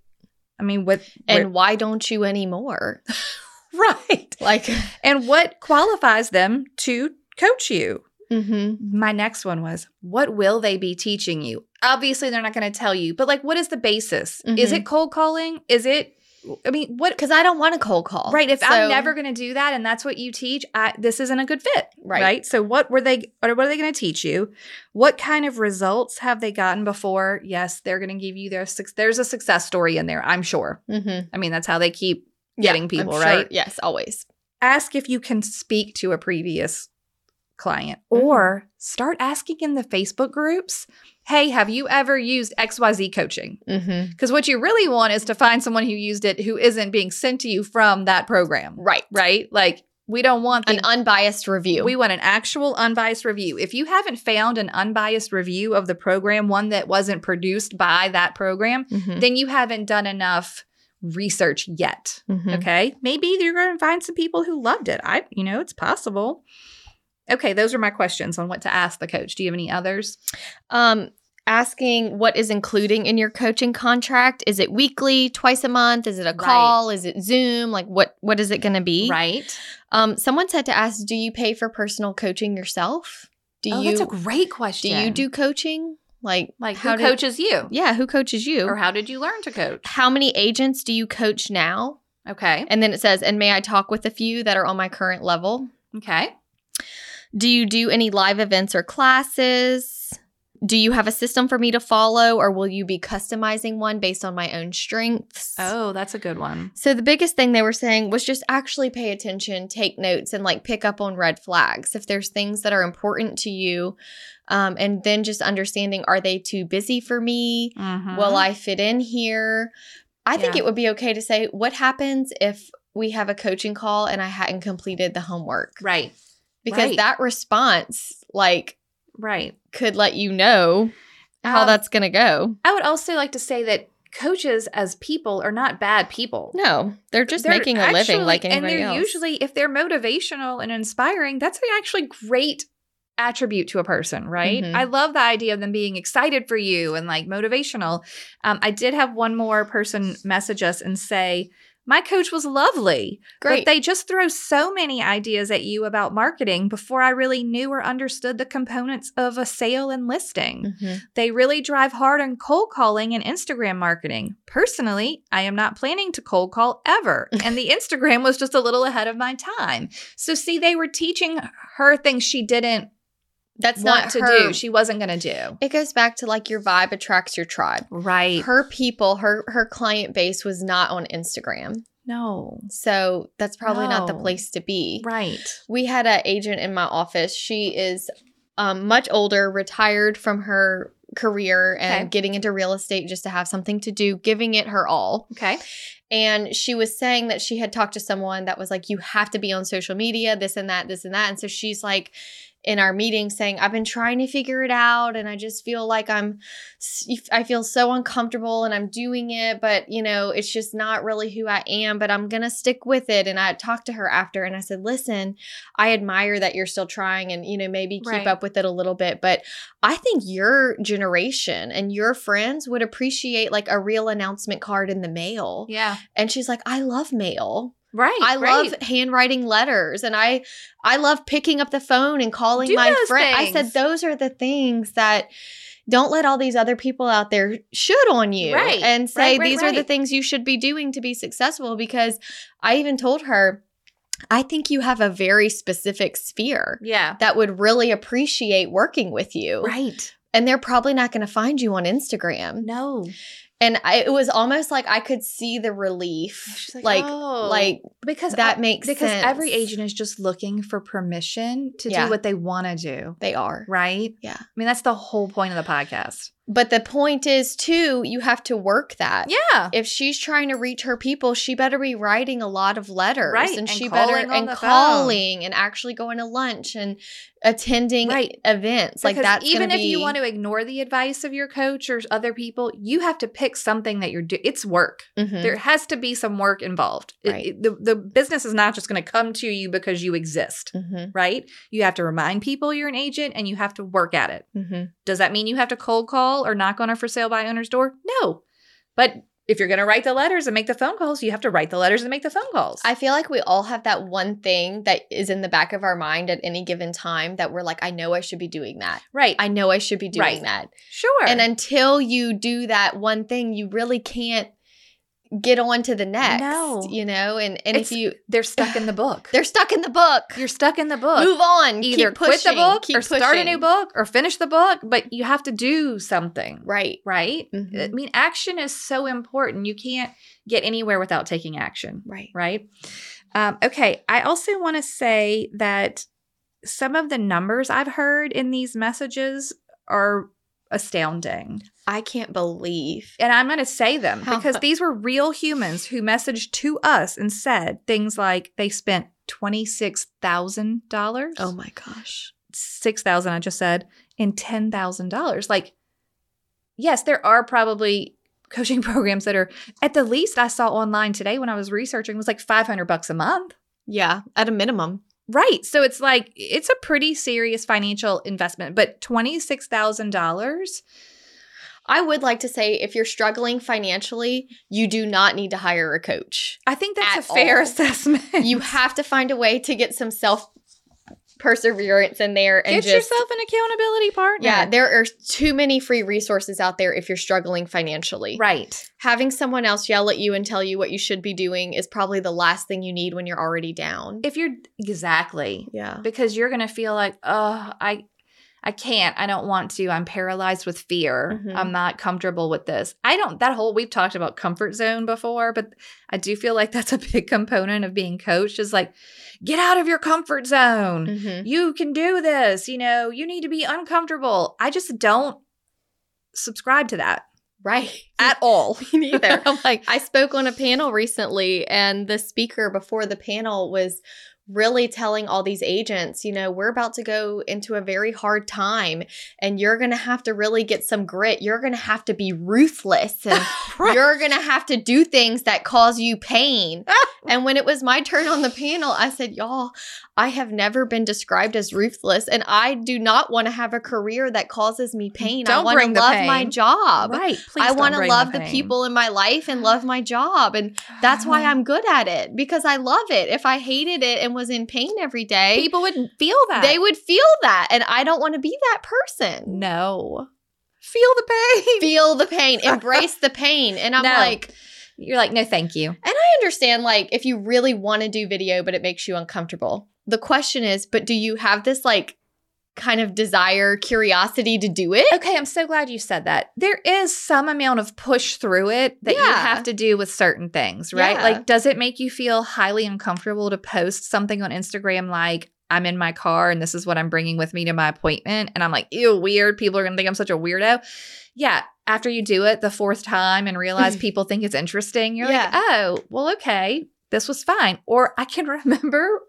D: I mean, what?
C: And why don't you anymore?
D: right.
C: Like,
D: And what qualifies them to coach you?
C: mm-hmm.
D: my next one was what will they be teaching you obviously they're not going to tell you but like what is the basis is
C: Mhm.
D: it cold calling is it i mean what
C: because I don't want a cold call.
D: right if
C: So-
D: i'm never going to do that and that's what you teach I, this isn't a good fit
C: Right.
D: so what were they or what are they going to teach you what kind of results have they gotten before yes they're going to give you their suc there's a success story in there i'm sure
C: Mhm.
D: i mean that's how they keep
C: Yeah,
D: Getting
C: I'm
D: people,
C: sure.
D: right?
C: Yes, always.
D: ask if you can speak to a previous client
C: Mm-hmm.
D: or start asking in the Facebook groups, hey, have you ever used XYZ coaching?
C: Mm-hmm.
D: Because what you really want is to find someone who used it who isn't being sent to you from that program,
C: Right.
D: right? Like, we don't want
C: An
D: the,
C: unbiased review.
D: we want an actual unbiased review. If you haven't found an unbiased review of the program, one that wasn't produced by that program,
C: Mhm.
D: then you haven't done enough research yet.
C: Mhm.
D: Okay. Maybe you're going to find some people who loved it. I, you know, it's possible. Okay. Those are my questions on what to ask the coach. Do you have any others?
C: Um, asking what is including in your coaching contract. Is it weekly, twice a month? Is it a call? Is it Zoom? Like what what is it going to be?
D: Right.
C: Um, someone said to ask, do you pay for personal coaching yourself? Do
D: oh,
C: you
D: that's a great
C: do
D: question.
C: you do coaching? Like
D: like
C: how
D: who
C: do-
D: coaches you
C: Yeah, who coaches you?
D: or how did you learn to coach?
C: how many agents do you coach now?
D: Okay.
C: And then it says, and may I talk with a few that are on my current level?
D: Okay.
C: Do you do any live events or classes? Do you have a system for me to follow, or will you be customizing one based on my own strengths?
D: Oh, that's a good one.
C: So, the biggest thing they were saying was just actually pay attention, take notes, and like pick up on red flags. If there's things that are important to you, um, and then just understanding are they too busy for me?
D: Mm-hmm.
C: Will I fit in here? I think
D: Uh-huh. Yeah.
C: it would be okay to say, what happens if we have a coaching call and I hadn't completed the homework?
D: Right.
C: because
D: Right.
C: that response like
D: Right.
C: could let you know how
D: Um,
C: that's going to go.
D: I would also like to say that coaches as people are not bad people.
C: No, they're just
D: They're
C: making a living
D: actually-
C: like
D: and
C: anybody
D: they're
C: else.
D: usually if they're motivational and inspiring that's an actually great attribute to a person right
C: Mhm.
D: i love the idea of them being excited for you and like motivational um, i did have one more person message us and say my coach was lovely
C: Great.
D: but they just throw so many ideas at you about marketing before i really knew or understood the components of a sale and listing
C: Mhm.
D: they really drive hard on cold calling and Instagram marketing. Personally, I am not planning to cold call ever, and the Instagram was just a little ahead of my time. So, see, they were teaching her things she didn't
C: That's
D: want
C: not
D: to
C: her.
D: do, she wasn't going to do.
C: it goes back to like your vibe attracts your tribe.
D: Right.
C: Her people, her her client base was not on Instagram.
D: no.
C: So that's probably not the
D: No.
C: place to be.
D: Right.
C: We had an agent in my office. She is um, much older, retired from her career and
D: Okay.
C: getting into real estate just to have something to do, giving it her all.
D: Okay.
C: And she was saying that she had talked to someone that was like, you have to be on social media, this and that, this and that. And so she's like, in our meeting saying, I've been trying to figure it out and I just feel like I'm, s- I feel so uncomfortable and I'm doing it, but you know, it's just not really who I am, but I'm going to stick with it. And I talked to her after and I said, listen, I admire that you're still trying and, you know, maybe keep
E: Right.
C: up with it a little bit, but I think your generation and your friends would appreciate like a real announcement card in the mail.
E: Yeah.
C: And she's like, I love mail.
D: Right.
C: I
E: great.
C: love handwriting letters and I I love picking up the phone and calling
E: Do
C: my
E: those
C: friend. I said
E: things.
C: those are the things that don't let all these other people out there should on you
E: Right,
C: and say
E: right, right,
C: these are the
E: right.
C: things you should be doing to be successful because I even told her I think you have a very specific sphere
E: Yeah.
C: that would really appreciate working with you.
E: Right.
C: And they're probably not going to find you on Instagram.
E: No.
C: And I, it was almost like I could see the relief.
D: She's
C: Like,
D: "Oh."
C: like
D: because
C: that
D: I-
C: makes
D: because every
C: sense.
D: agent is just looking for permission to
C: Yeah.
D: do what they want to do,
C: they are.
D: right?
C: Yeah.
D: I mean, that's the whole point of the podcast.
C: But the point is, too, you have to work that.
D: Yeah.
C: If she's trying to reach her people, she better be writing a lot of letters,
E: Right,
C: And,
E: and
C: she
E: calling
C: better
E: on
C: and
E: the phone.
C: calling and actually going to lunch and attending
D: Right.
C: events. like
D: because
C: that's
D: even
C: gonna
D: if you
C: be-
D: want to ignore the advice of your coach or other people, you have to pick something that you're doing. It's work.
C: Mhm.
D: There has to be some work involved. It-
C: Right.
D: it- the, the business is not just going to come to you because you exist,
C: Mhm.
D: right? You have to remind people you're an agent and you have to work at it.
C: Mhm.
D: Does that mean you have to cold call or knock on a for sale by owner's door? No. But if you're going to write the letters and make the phone calls, you have to write the letters and make the phone calls.
C: I feel like we all have that one thing that is in the back of our mind at any given time that we're like, I know I should be doing that.
D: right.
C: I know I should be doing
D: Right.
C: that.
D: sure.
C: And until you do that one thing, you really can't get on to the next.
D: No.
C: You know, and, and
D: It's-
C: if you
D: they're stuck in the book.
C: they're stuck in the book.
D: you're stuck in the book.
C: Move on.
D: Either
C: Keep
D: quit the
C: pushing.
D: book
C: Keep
D: or start a
C: pushing.
D: new book or finish the book, but you have to do something.
C: Right.
D: Right?
C: Mhm.
D: I mean, action is so important. You can't get anywhere without taking action.
C: Right.
D: right? Um, okay, I also want to say that some of the numbers I've heard in these messages are astounding.
C: I can't believe.
D: And I'm going to say them
C: How
D: because
C: mu-
D: these were real humans who messaged to us and said things like they spent $26,000,
C: Oh my gosh.
D: 6000 I just said, and $10,000. Like, yes, there are probably coaching programs that are at the least I saw online today when I was researching was like 500 bucks a month.
C: Yeah. At a minimum.
D: Right. So it's like it's a pretty serious financial investment, but $26,000.
C: I would like to say if you're struggling financially, you do not need to hire a coach.
D: I think that's
C: At
D: a fair
C: all.
D: assessment.
C: You have to find a way to get some self perseverance in there and
D: get
C: just
D: yourself an accountability partner.
C: Yeah, there are too many free resources out there if you're struggling financially.
D: right.
C: Having someone else yell at you and tell you what you should be doing is probably the last thing you need when you're already down.
D: If you're exactly
C: yeah.
D: because you're going to feel like, "Oh, I I can't. I don't want to. I'm paralyzed with fear.
C: Mhm.
D: I'm not comfortable with this." I don't that whole we've talked about comfort zone before, but I do feel like that's a big component of being coached is like get out of your comfort zone.
C: Mm-hmm.
D: you can do this you know you need to be uncomfortable i just don't subscribe to that
C: Right.
D: at all
C: Me neither.
D: i'm like
C: I spoke on a panel recently, and the speaker before the panel was really telling all these agents, you know, we're about to go into a very hard time, and you're going to have to really get some grit. You're going to have to be ruthless, and you're going to have to do things that cause you pain.
D: Ah.
C: and when it was my turn on the panel, I said, y'all, I have never been described as ruthless, and I do not want to have a career that causes me pain. I
D: Don't
C: want
D: bring
C: to
D: the
C: love my
D: pain.
C: job.
D: right please
C: I
D: don't
C: want to
D: bring
C: love the,
D: pain.
C: people in my life and love my job. And that's why I'm good at it because I love it. If I hated it and was in pain every day,
D: people would feel that
C: they would feel that. And I don't want to be that person.
D: no feel the pain
C: Feel the pain, embrace the pain. And I'm
D: No.
C: like,
D: you're like no thank you
C: and I understand, like, if you really want to do video, but it makes you uncomfortable. The question is, but do you have this, like, kind of desire, curiosity to do it?
D: okay i'm so glad you said that there is some amount of push through it that you
C: Yeah.
D: have to do with certain things right
C: Yeah.
D: like does it make you feel highly uncomfortable to post something on instagram like I'm in my car and this is what I'm bringing with me to my appointment. And I'm like, ew, weird. People are going to think I'm such a weirdo. Yeah. After you do it the fourth time and realize people think it's interesting, you're
C: Yeah.
D: like, oh, well, okay, this was fine. Or I can remember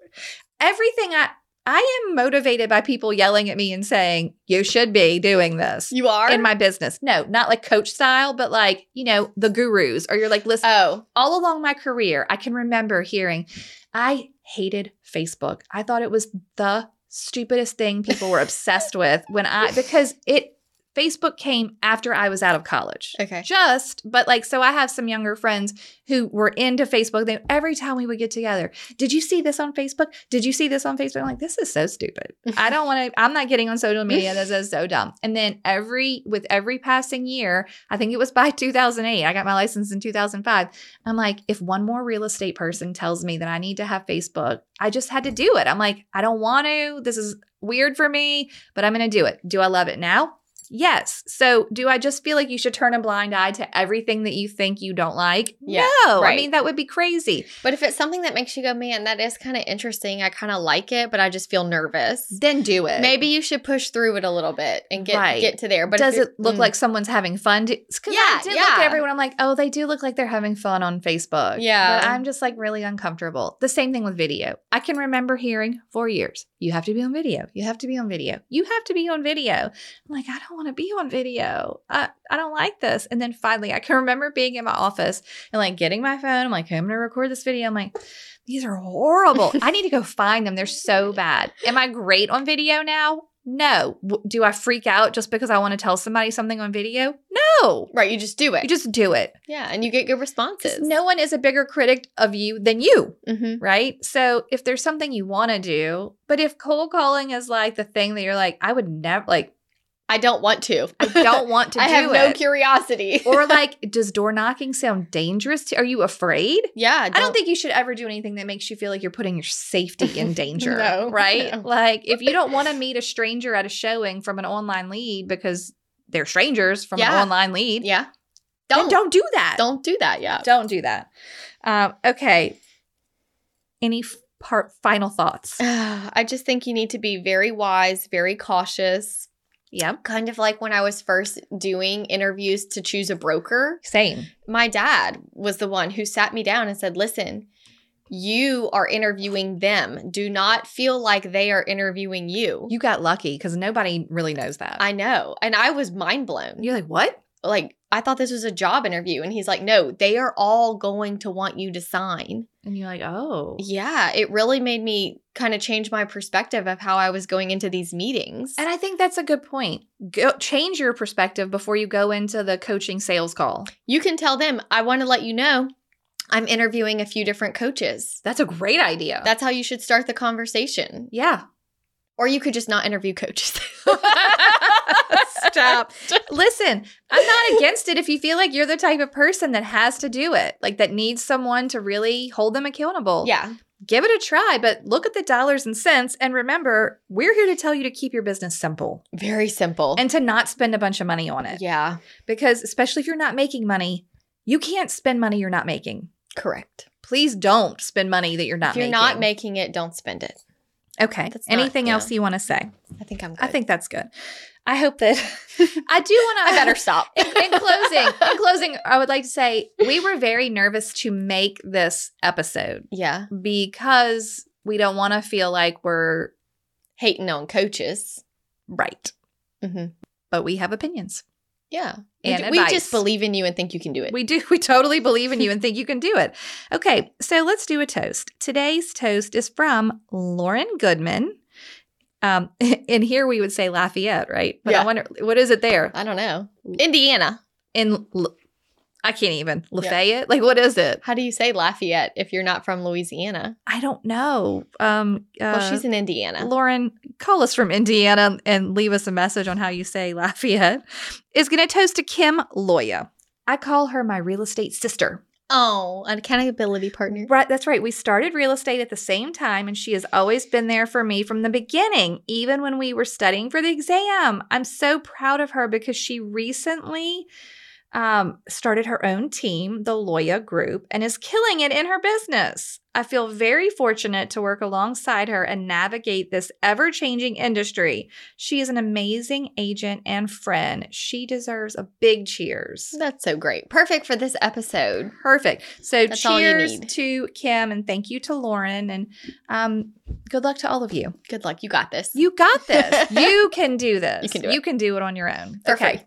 D: everything I, I am motivated by people yelling at me and saying, you should be doing this
C: You are?
D: in my business. No, not like coach style, but like, you know, the gurus, or you're like, listen,
C: oh,
D: all along my career, I can remember hearing, I hated Facebook. I thought it was the stupidest thing people were obsessed with when I, because it, Facebook came after I was out of college
C: okay.
D: just but like so i have some younger friends who were into facebook they every time we would get together did you see this on facebook did you see this on facebook i'm like this is so stupid i don't want to i'm not getting on social media this is so dumb and then every with every passing year i think it was by 2008 i got my license in 2005 i'm like if one more real estate person tells me that i need to have facebook i just had to do it i'm like i don't want to this is weird for me but i'm going to do it do i love it now Yes. So do I just feel like you should turn a blind eye to everything that you think you don't like?
C: Yeah,
D: no.
C: right.
D: I mean, that would be crazy.
C: But if it's something that makes you go, man, that is kind of interesting. I kind of like it, but I just feel nervous.
D: Then do it.
C: Maybe you should push through it a little bit and get
D: Right.
C: get to there. But
D: But
C: if
D: does it look
C: mm,
D: like someone's having fun? Do- 'cause I
C: Yeah,
D: did look at
C: yeah.
D: everyone. I'm like, oh, they do look like they're having fun on Facebook.
C: Yeah.
D: But I'm just like really uncomfortable. The same thing with video. I can remember hearing for years, you have to be on video. You have to be on video. You have to be on video. I'm like, I don't want to be on video. I, I don't like this. And then finally, I can remember being in my office and like getting my phone. I'm like, I'm going to record this video. I'm like, these are horrible. I need to go find them. They're so bad. Am I great on video now? No. W- Do I freak out just because I want to tell somebody something on video? No.
C: right? You just do it.
D: You just do it.
C: yeah, and you get good responses.
D: Because no one is a bigger critic of you than you,
C: Mhm.
D: right? So if there's something you want to do, but if cold calling is like the thing that you're like, I would never, like,
C: I don't want to.
D: I don't want to
C: I
D: do
C: have
D: it.
C: no curiosity.
D: or like, does door knocking sound dangerous to? Are you afraid?
C: yeah,
D: I don't think you should ever do anything that makes you feel like you're putting your safety in danger.
C: No,
D: right?
C: no.
D: Like if you don't want to meet a stranger at a showing from an online lead because they're strangers from
C: Yeah.
D: an online lead,
C: Yeah,
D: then
C: don't don't
D: don't do that.
C: don't do that. Yeah.
D: Don't do that. Um, okay. Any f- part final thoughts?
C: I just think you need to be very wise, very cautious.
D: Yep.
C: Kind of like when I was first doing interviews to choose a broker.
D: Same.
C: my dad was the one who sat me down and said, Listen, you are interviewing them. Do not feel like they are interviewing you.
D: You got lucky because nobody really knows that.
C: I know. And I was mind blown.
D: You're like, what?
C: Like, I thought this was a job interview. And he's like, No, they are all going to want you to sign.
D: And you're like, oh.
C: Yeah, it really made me kind of change my perspective of how I was going into these meetings.
D: And I think that's a good point. Go, change your perspective before you go into the coaching sales call.
C: you can tell them, I want to let you know I'm interviewing a few different coaches.
D: That's a great idea.
C: That's how you should start the conversation.
D: yeah.
C: Or you could just not interview coaches.
D: Stop. Listen, I'm not against it if you feel like you're the type of person that has to do it, like that needs someone to really hold them accountable.
C: Yeah.
D: give it a try, but look at the dollars and cents. And remember, we're here to tell you to keep your business simple
C: Very simple.
D: and to not spend a bunch of money on it.
C: yeah,
D: Because especially if you're not making money, you can't spend money you're not making.
C: correct.
D: Please don't spend money that you're not
C: if you're
D: making.
C: not making it, don't spend it.
D: Okay.
C: That's not-
D: Anything
C: yeah.
D: else you want to say?
C: I think I'm good.
D: I think that's good. I hope that I do want to
C: I better stop.
D: in, in closing, in closing, I would like to say we were very nervous to make this episode
C: yeah.
D: because we don't want to feel like we're
C: Hating on coaches.
D: right.
C: Mhm.
D: But we have opinions.
C: Yeah.
D: And
C: we, we
D: advice.
C: just believe in you and think you can do it.
D: We do. We totally believe in you and think you can do it. Okay, so let's do a toast. Today's toast is from Lauren Goodman. Um, in here we would say Lafayette, right? But I
C: Yeah.
D: wonder what is it there
C: I don't know. Indiana.
D: in. L- I can't even Lafayette. Like what is it?
C: How do you say Lafayette if you're not from Louisiana?
D: I don't know. Um, uh,
C: well, she's in Indiana.
D: Lauren, call us from Indiana and leave us a message on how you say Lafayette, is going to toast to Kim Loya. I call her my real estate sister.
C: Oh, an accountability partner.
D: Right, that's right. We started real estate at the same time, and she has always been there for me from the beginning, even when we were studying for the exam. I'm so proud of her because she recently um, started her own team, the Loya Group, and is killing it in her business. I feel very fortunate to work alongside her and navigate this ever changing industry. She is an amazing agent and friend. She deserves a big cheers.
C: That's so great. Perfect for this episode.
D: Perfect. So,
C: That's all you
D: cheers
C: need.
D: to Kim and thank you to Lauren. And um, good luck to all of you.
C: Good luck. You got this.
D: You got this. you can do this.
C: You can do it.
D: You can do it on your own.
C: For
D: okay.